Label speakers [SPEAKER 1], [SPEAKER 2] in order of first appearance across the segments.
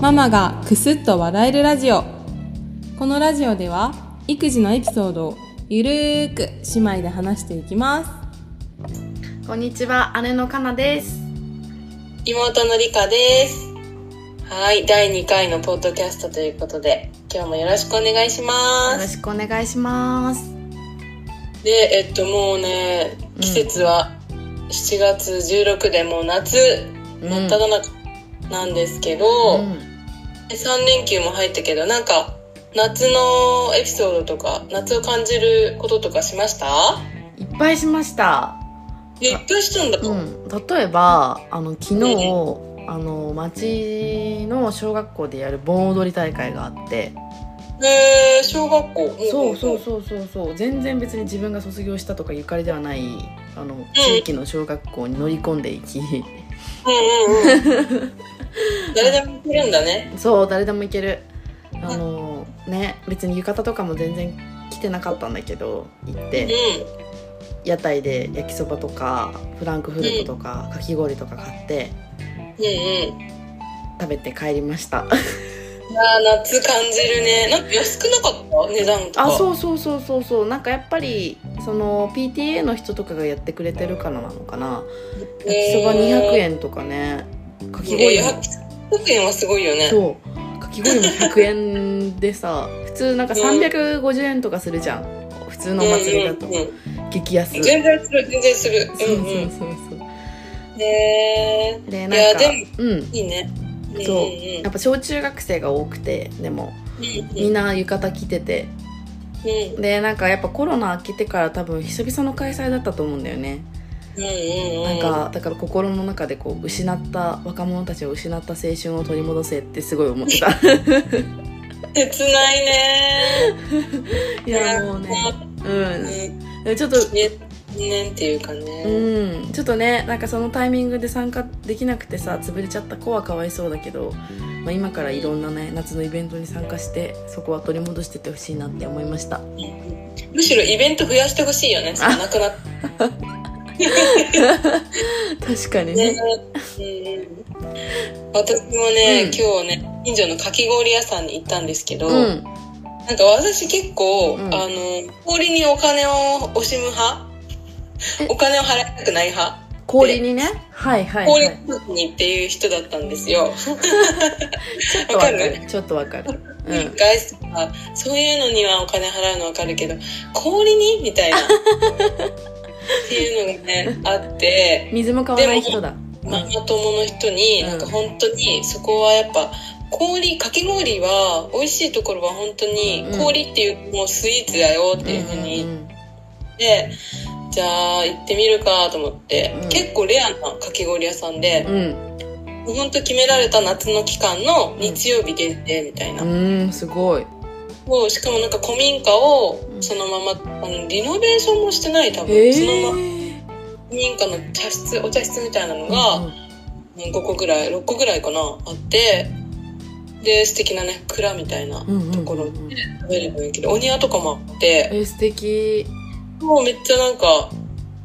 [SPEAKER 1] ママがくすっと笑えるラジオこのラジオでは育児のエピソードをゆるーく姉妹で話していきます
[SPEAKER 2] こんにちは、姉のかなです。
[SPEAKER 3] 妹のりかです。はい、第2回のポッドキャストということで、今日もよろしくお願いし
[SPEAKER 2] よ
[SPEAKER 3] ま
[SPEAKER 2] ろ
[SPEAKER 3] す。
[SPEAKER 2] しくお願いします。
[SPEAKER 3] で、えっと、もうね、
[SPEAKER 2] うん
[SPEAKER 3] 季節は7月16でもう夏真っ只中なんですけど、
[SPEAKER 2] うん
[SPEAKER 3] 3連休も入ったけど、なんか、夏のエピソードとか、夏を感じることとかしました
[SPEAKER 2] いっぱいしました。
[SPEAKER 3] でいっぱいしたんだ。
[SPEAKER 2] うん、例えばあの昨日、
[SPEAKER 3] うん
[SPEAKER 2] あの町の小学校でやる盆踊り大会があって、
[SPEAKER 3] えー、小学校。
[SPEAKER 2] そうそうそうそうそう全然別に自分が卒業したとかゆかりではないあの地域の小学校に乗り込んでいき、
[SPEAKER 3] うんうんうん。誰でも行けるんだね。
[SPEAKER 2] そう誰でも行けるあの、ね別に浴衣とかも全然着てなかったんだけど行っ
[SPEAKER 3] う
[SPEAKER 2] て
[SPEAKER 3] ん。
[SPEAKER 2] 屋台で焼きそばとかフランクフルトとかかき氷とか買って
[SPEAKER 3] うんうん。
[SPEAKER 2] 食べて帰りました
[SPEAKER 3] いやー夏感じるねなんか安くなかった値段とか
[SPEAKER 2] あ
[SPEAKER 3] う
[SPEAKER 2] そうそうそうそうそうなんかやっぱりその PTA の人とかがやってくれてるからなのかな焼きそば200円とかねかき氷も
[SPEAKER 3] 100円はすごいよね
[SPEAKER 2] そうかき氷も100円でさ普通なんか350円とかするじゃん普通のお祭りだと
[SPEAKER 3] うんうん
[SPEAKER 2] 激安
[SPEAKER 3] うん、全然する全然する
[SPEAKER 2] そう
[SPEAKER 3] うん
[SPEAKER 2] そ
[SPEAKER 3] う
[SPEAKER 2] うそうそ
[SPEAKER 3] んへえ
[SPEAKER 2] うで
[SPEAKER 3] いや
[SPEAKER 2] なんか
[SPEAKER 3] で
[SPEAKER 2] うん
[SPEAKER 3] ー、いいね
[SPEAKER 2] そう
[SPEAKER 3] うんうん
[SPEAKER 2] やっぱ小中学生が多くてでも
[SPEAKER 3] うん
[SPEAKER 2] みんな浴衣着てて
[SPEAKER 3] うん
[SPEAKER 2] でなんかやっぱコロナ明けてから多分久々の開催だったと思うんだよね
[SPEAKER 3] うんうん
[SPEAKER 2] なんかだから心の中でこう失った若者たちを失った青春を取り戻せってすごい 思ってた
[SPEAKER 3] 切ないね
[SPEAKER 2] いやもうね
[SPEAKER 3] うん
[SPEAKER 2] うんちょっと
[SPEAKER 3] ねねんっていうか
[SPEAKER 2] う
[SPEAKER 3] ね
[SPEAKER 2] んちょっとねなんかそのタイミングで参加できなくてさ潰れちゃった子はかわいそうだけど、まあ、今からいろんなね夏のイベントに参加してそこは取り戻してってほしいなって思いました
[SPEAKER 3] むしろイベント増やしてほしいよねそうなくなっ
[SPEAKER 2] 確かに
[SPEAKER 3] ね
[SPEAKER 2] ね、
[SPEAKER 3] うんうん、私もね、
[SPEAKER 2] うん
[SPEAKER 3] 今日ね近所のかき氷屋さんに行ったんですけど、
[SPEAKER 2] うん
[SPEAKER 3] なんか私結構、
[SPEAKER 2] うん
[SPEAKER 3] あの氷にお金を惜しむ派
[SPEAKER 2] え
[SPEAKER 3] お金を払いたくない派
[SPEAKER 2] 氷にねはいはいは
[SPEAKER 3] 氷
[SPEAKER 2] い
[SPEAKER 3] にっていう人だったんですよ、
[SPEAKER 2] ちょっとわか
[SPEAKER 3] わか
[SPEAKER 2] るちょっとわかるう
[SPEAKER 3] 外出
[SPEAKER 2] ん
[SPEAKER 3] とかそういうのにはお金払うの分かるけど氷にみた いなっていうのがねあって
[SPEAKER 2] 水も買わない人だ
[SPEAKER 3] ママ友の人に、
[SPEAKER 2] うん
[SPEAKER 3] なんか本当にそこはやっぱ氷かき氷は美味しいところは本当に
[SPEAKER 2] うん
[SPEAKER 3] 氷っていうもうスイーツだよっていうふうに言っ
[SPEAKER 2] んんん
[SPEAKER 3] て、じゃあ行ってみるかと思って、
[SPEAKER 2] うん
[SPEAKER 3] 結構レアなかき氷屋さんで、
[SPEAKER 2] うん
[SPEAKER 3] 本当決められた夏の期間の日曜日限定みたいな、
[SPEAKER 2] うんすごい
[SPEAKER 3] もうしかもなんか古民家を
[SPEAKER 2] うん
[SPEAKER 3] そのままあのリノベーションもしてない多分、
[SPEAKER 2] え
[SPEAKER 3] そのまま
[SPEAKER 2] え
[SPEAKER 3] 古民家の茶室お茶室みたいなの
[SPEAKER 2] ー、
[SPEAKER 3] が、
[SPEAKER 2] うんうん
[SPEAKER 3] 5個ぐらい6個ぐらいかなあってで素敵なね蔵みたいな
[SPEAKER 2] うんうんうんうん
[SPEAKER 3] ところで食べればいいけどお庭とかもあって
[SPEAKER 2] え素敵
[SPEAKER 3] もうめっちゃなんか、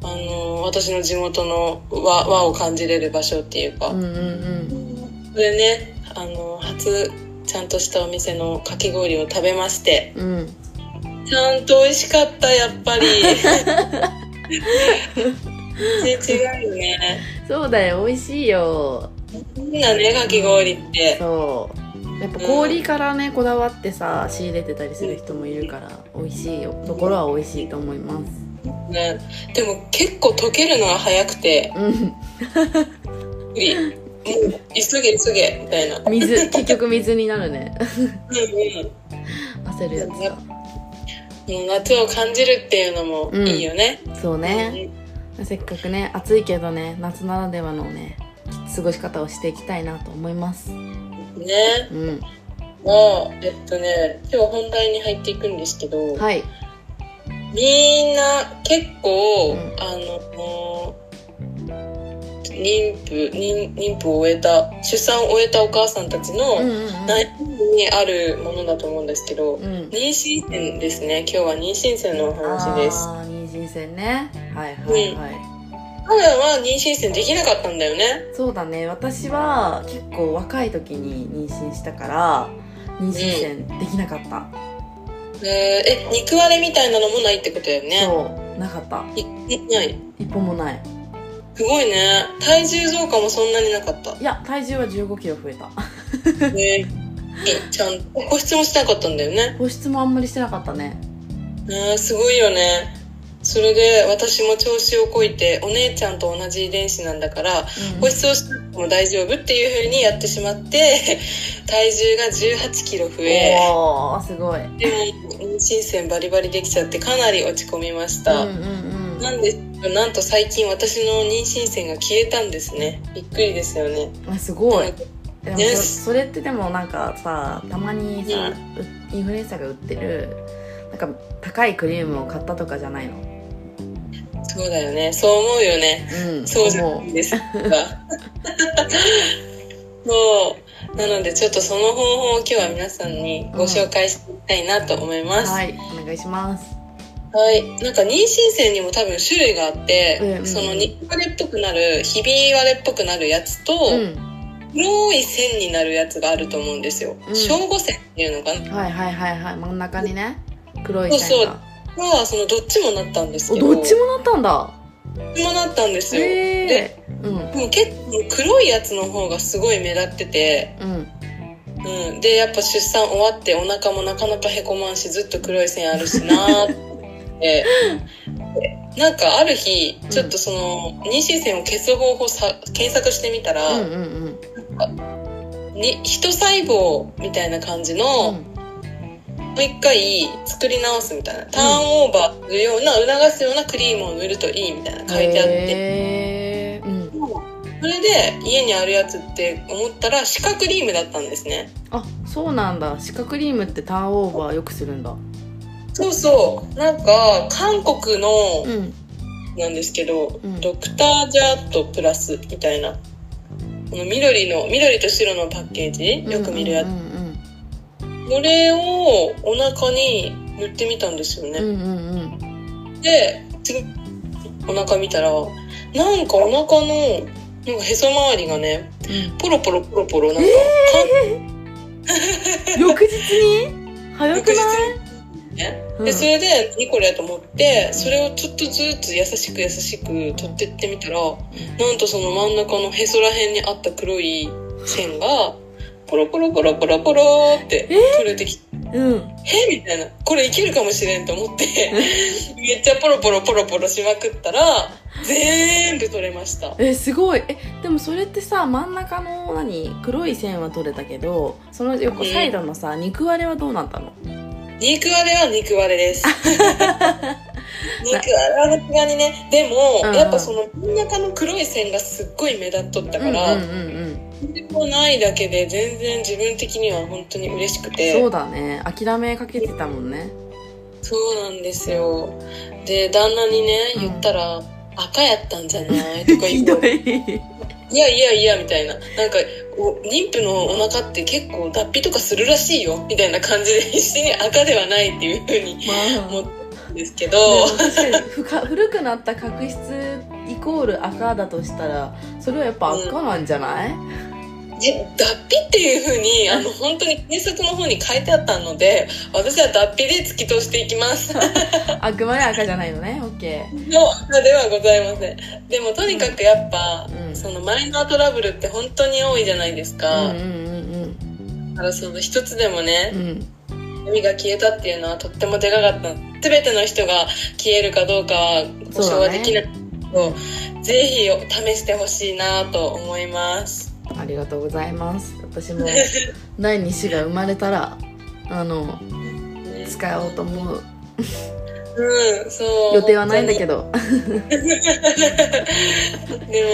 [SPEAKER 3] あのー私の地元の和和を感じれる場所っていうか、
[SPEAKER 2] うんうんうん
[SPEAKER 3] それね、あのー初ちゃんとしたお店のかき氷を食べまして
[SPEAKER 2] うん
[SPEAKER 3] ちゃんと美味しかったやっぱり 全然違うよね
[SPEAKER 2] そうだよ美味しいよ
[SPEAKER 3] みんなねかき氷って
[SPEAKER 2] そうやっぱ氷からねこだわってさ仕入れてたりする人もいるから美味しいよところは美味しいと思います
[SPEAKER 3] ね、でも結構溶けるのが早くて
[SPEAKER 2] うん
[SPEAKER 3] 無理もう急げ急げみたいなうん
[SPEAKER 2] 水結局水になるね
[SPEAKER 3] う
[SPEAKER 2] 焦るやつ
[SPEAKER 3] んもう夏を感じるっていうのもいいよね、
[SPEAKER 2] だそうねせっかくね暑いけどね夏ならではのね過ごし方をしていきたいなと思います
[SPEAKER 3] うんね
[SPEAKER 2] うん
[SPEAKER 3] もうえっとね今日本題に入っていくんですけど、
[SPEAKER 2] はい
[SPEAKER 3] みんな結構、
[SPEAKER 2] うん
[SPEAKER 3] あのもう妊婦妊妊婦を終えた出産を終えたお母さんたち
[SPEAKER 2] うん
[SPEAKER 3] の
[SPEAKER 2] うん
[SPEAKER 3] 悩みにあるものだと思うんですけど、
[SPEAKER 2] うんうん
[SPEAKER 3] 妊娠線ですね今日は妊娠線のお話です
[SPEAKER 2] あー妊娠線ねはいはいはい、
[SPEAKER 3] まだまだ妊娠してできなかったんだよね。
[SPEAKER 2] そうだね私は結構若い時に妊娠したから妊娠線できなかった、
[SPEAKER 3] えーえ、肉割れみたいなのもないってことだよね。
[SPEAKER 2] そうなかった
[SPEAKER 3] いない。
[SPEAKER 2] 一本もない
[SPEAKER 3] すごいね。体重増加もそんなになか った。
[SPEAKER 2] いや体重は1 5キロ増えた
[SPEAKER 3] ねえ、ちゃんと個室もしてなかったんだよね。
[SPEAKER 2] 保湿もあんまりしてなかったね
[SPEAKER 3] ねえすごいよね。それで私も調子をこいてお姉ちゃんと同じ遺伝子なんだから
[SPEAKER 2] うん
[SPEAKER 3] 保湿をしなくても大丈夫っていう風にやってしまって 体重が1 8キロ増え
[SPEAKER 2] おーすごい
[SPEAKER 3] でも妊娠線バリバリできちゃってかなり落ち込みまし
[SPEAKER 2] うん
[SPEAKER 3] た、
[SPEAKER 2] うん
[SPEAKER 3] なんですけどなんと最近私の妊娠線が消えたんですねびっくりですよね
[SPEAKER 2] うんあすごいでもそ
[SPEAKER 3] ね
[SPEAKER 2] それってでもなんかさたまにさ、うインフルエンサーが売ってるなんか高いクリームを買ったとかじゃないの
[SPEAKER 3] そうだよねそう思うよね
[SPEAKER 2] うん
[SPEAKER 3] そうじゃな
[SPEAKER 2] 思
[SPEAKER 3] いんですが そうなのでちょっとその方法を今日は皆さんにご紹介していきたいなと思います、
[SPEAKER 2] はいお願いします
[SPEAKER 3] はい、なんか妊娠線にも多分種類があって、
[SPEAKER 2] うんうん
[SPEAKER 3] その肉割れっぽくなるひび割れっぽくなるやつと、
[SPEAKER 2] うん
[SPEAKER 3] 黒い線になるやつがあると思うんですよ
[SPEAKER 2] うん
[SPEAKER 3] 小五線っていうのかな
[SPEAKER 2] はいはいはいはい真ん中にね黒い線が
[SPEAKER 3] まあそのどっちもなったんですけど
[SPEAKER 2] おどっちもなったんだ
[SPEAKER 3] どっちもなったんですよ、
[SPEAKER 2] へえうん
[SPEAKER 3] でも結構黒いやつの方がすごい目立ってて、
[SPEAKER 2] うん
[SPEAKER 3] うん、でやっぱ出産終わってお腹もなかなかへこまんしずっと黒い線あるしなーって思 って。でなんかある日ちょっとその妊娠線を消す方法さ検索してみたら、
[SPEAKER 2] うんうんうん
[SPEAKER 3] に一細胞みたいな感じ
[SPEAKER 2] う
[SPEAKER 3] の、
[SPEAKER 2] ん
[SPEAKER 3] もう一回作り直すみたいなターンオーバーするような促すようなクリームを塗るといいみたいな書いてあって、
[SPEAKER 2] へえうん
[SPEAKER 3] それで家にあるやつって思ったら歯科クリームだったんですね
[SPEAKER 2] あそうなんだ歯科クリームってターンオーバーよくするんだ
[SPEAKER 3] そうそうなんか韓国の
[SPEAKER 2] うん
[SPEAKER 3] なんですけど、
[SPEAKER 2] うん
[SPEAKER 3] ドクタージャートプラスみたいなこの緑の緑と白のパッケージよく見るやつ、
[SPEAKER 2] うんうん
[SPEAKER 3] これをお腹に塗ってみたんですよね、
[SPEAKER 2] うんうんうんうん
[SPEAKER 3] で次お腹見たらなんかお腹のなんかへそ周りがねポロポロポロポロなんか、
[SPEAKER 2] うん翌日に早く
[SPEAKER 3] 翌
[SPEAKER 2] な
[SPEAKER 3] 日
[SPEAKER 2] い
[SPEAKER 3] にね、
[SPEAKER 2] うん
[SPEAKER 3] でそれで何これと思ってそれをちょっとずつ優しく優しく取ってってみたらなんとその真ん中のへそら辺にあった黒い線がポロポロポロポロポロって取れてきて。
[SPEAKER 2] うん
[SPEAKER 3] えみたいなこれいけるかもしれんと思って めっちゃポロポロポロポロしまくったら全部取れました
[SPEAKER 2] えすごいえでもそれってさ真ん中の何黒い線は取れたけどその横
[SPEAKER 3] うん
[SPEAKER 2] サイドのさ肉割れはどうなったの
[SPEAKER 3] 肉割れは肉割れです。 肉割れはさすがにね。でも、
[SPEAKER 2] うん
[SPEAKER 3] やっぱその真ん中の黒い線がすっごい目立っとった
[SPEAKER 2] う
[SPEAKER 3] か
[SPEAKER 2] んうん
[SPEAKER 3] ら、
[SPEAKER 2] うんうん
[SPEAKER 3] それもないだけで全然自分的には本当に嬉しく
[SPEAKER 2] そ
[SPEAKER 3] て。
[SPEAKER 2] うだね諦めかけてたもんね
[SPEAKER 3] そうなんですよ。で、旦那にね、
[SPEAKER 2] うん
[SPEAKER 3] 言ったら、赤やったんじゃないとか言
[SPEAKER 2] ひ
[SPEAKER 3] う
[SPEAKER 2] どい
[SPEAKER 3] いやいやいや、みたいな。なんか、お妊婦のお腹って結構脱皮とかするらしいよ、みたいな感じで必死に赤ではないっていうふうに
[SPEAKER 2] まあ
[SPEAKER 3] 思ったんですけど、
[SPEAKER 2] でも確かにふか 古くなった角質イコール赤だとしたらそれはやっぱ赤なんじゃない、
[SPEAKER 3] で脱皮っていう風にあの本当に検索の方に書いてあったので私は脱皮で突き通していきますの
[SPEAKER 2] あくまで赤じゃないのねオッケ
[SPEAKER 3] 赤ではございませんでもとにかくやっぱ、
[SPEAKER 2] うん
[SPEAKER 3] そのマイナートラブルって本当に多いじゃないですか、
[SPEAKER 2] ーうんうんうん
[SPEAKER 3] だからその一つでも
[SPEAKER 2] う
[SPEAKER 3] ね
[SPEAKER 2] んうん
[SPEAKER 3] 闇が消えたっていうのはとってもでかかった全ての人が消えるかどうかは保証はできないけど、ぜひ試してほしいなと思います
[SPEAKER 2] ありがとうございます私も第2子が生まれたらあの使おうと思う
[SPEAKER 3] うんそう
[SPEAKER 2] 予定はないんだけ
[SPEAKER 3] ど
[SPEAKER 2] ど
[SPEAKER 3] でも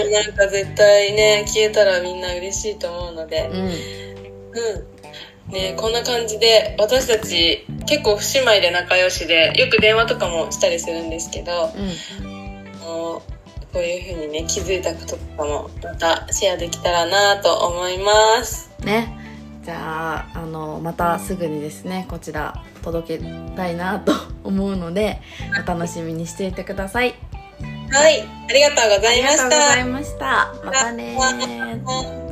[SPEAKER 3] なんか絶対ね消えたらみんな嬉しいと思うので
[SPEAKER 2] うん
[SPEAKER 3] うんねこんな感じで私たち結構姉妹で仲良しでよく電話とかもしたりするんですけど
[SPEAKER 2] うん
[SPEAKER 3] あのこういう風にね気づいたこととかもまたシェアできたらなと思います
[SPEAKER 2] ねじゃああのまたすぐにですねこちら届けたいなと思うのでお楽しみにしていてください
[SPEAKER 3] はい、ありがとうござ
[SPEAKER 2] あ
[SPEAKER 3] い
[SPEAKER 2] り
[SPEAKER 3] ま
[SPEAKER 2] がと
[SPEAKER 3] し
[SPEAKER 2] うござ
[SPEAKER 3] た
[SPEAKER 2] い。ました。またねー。
[SPEAKER 3] はい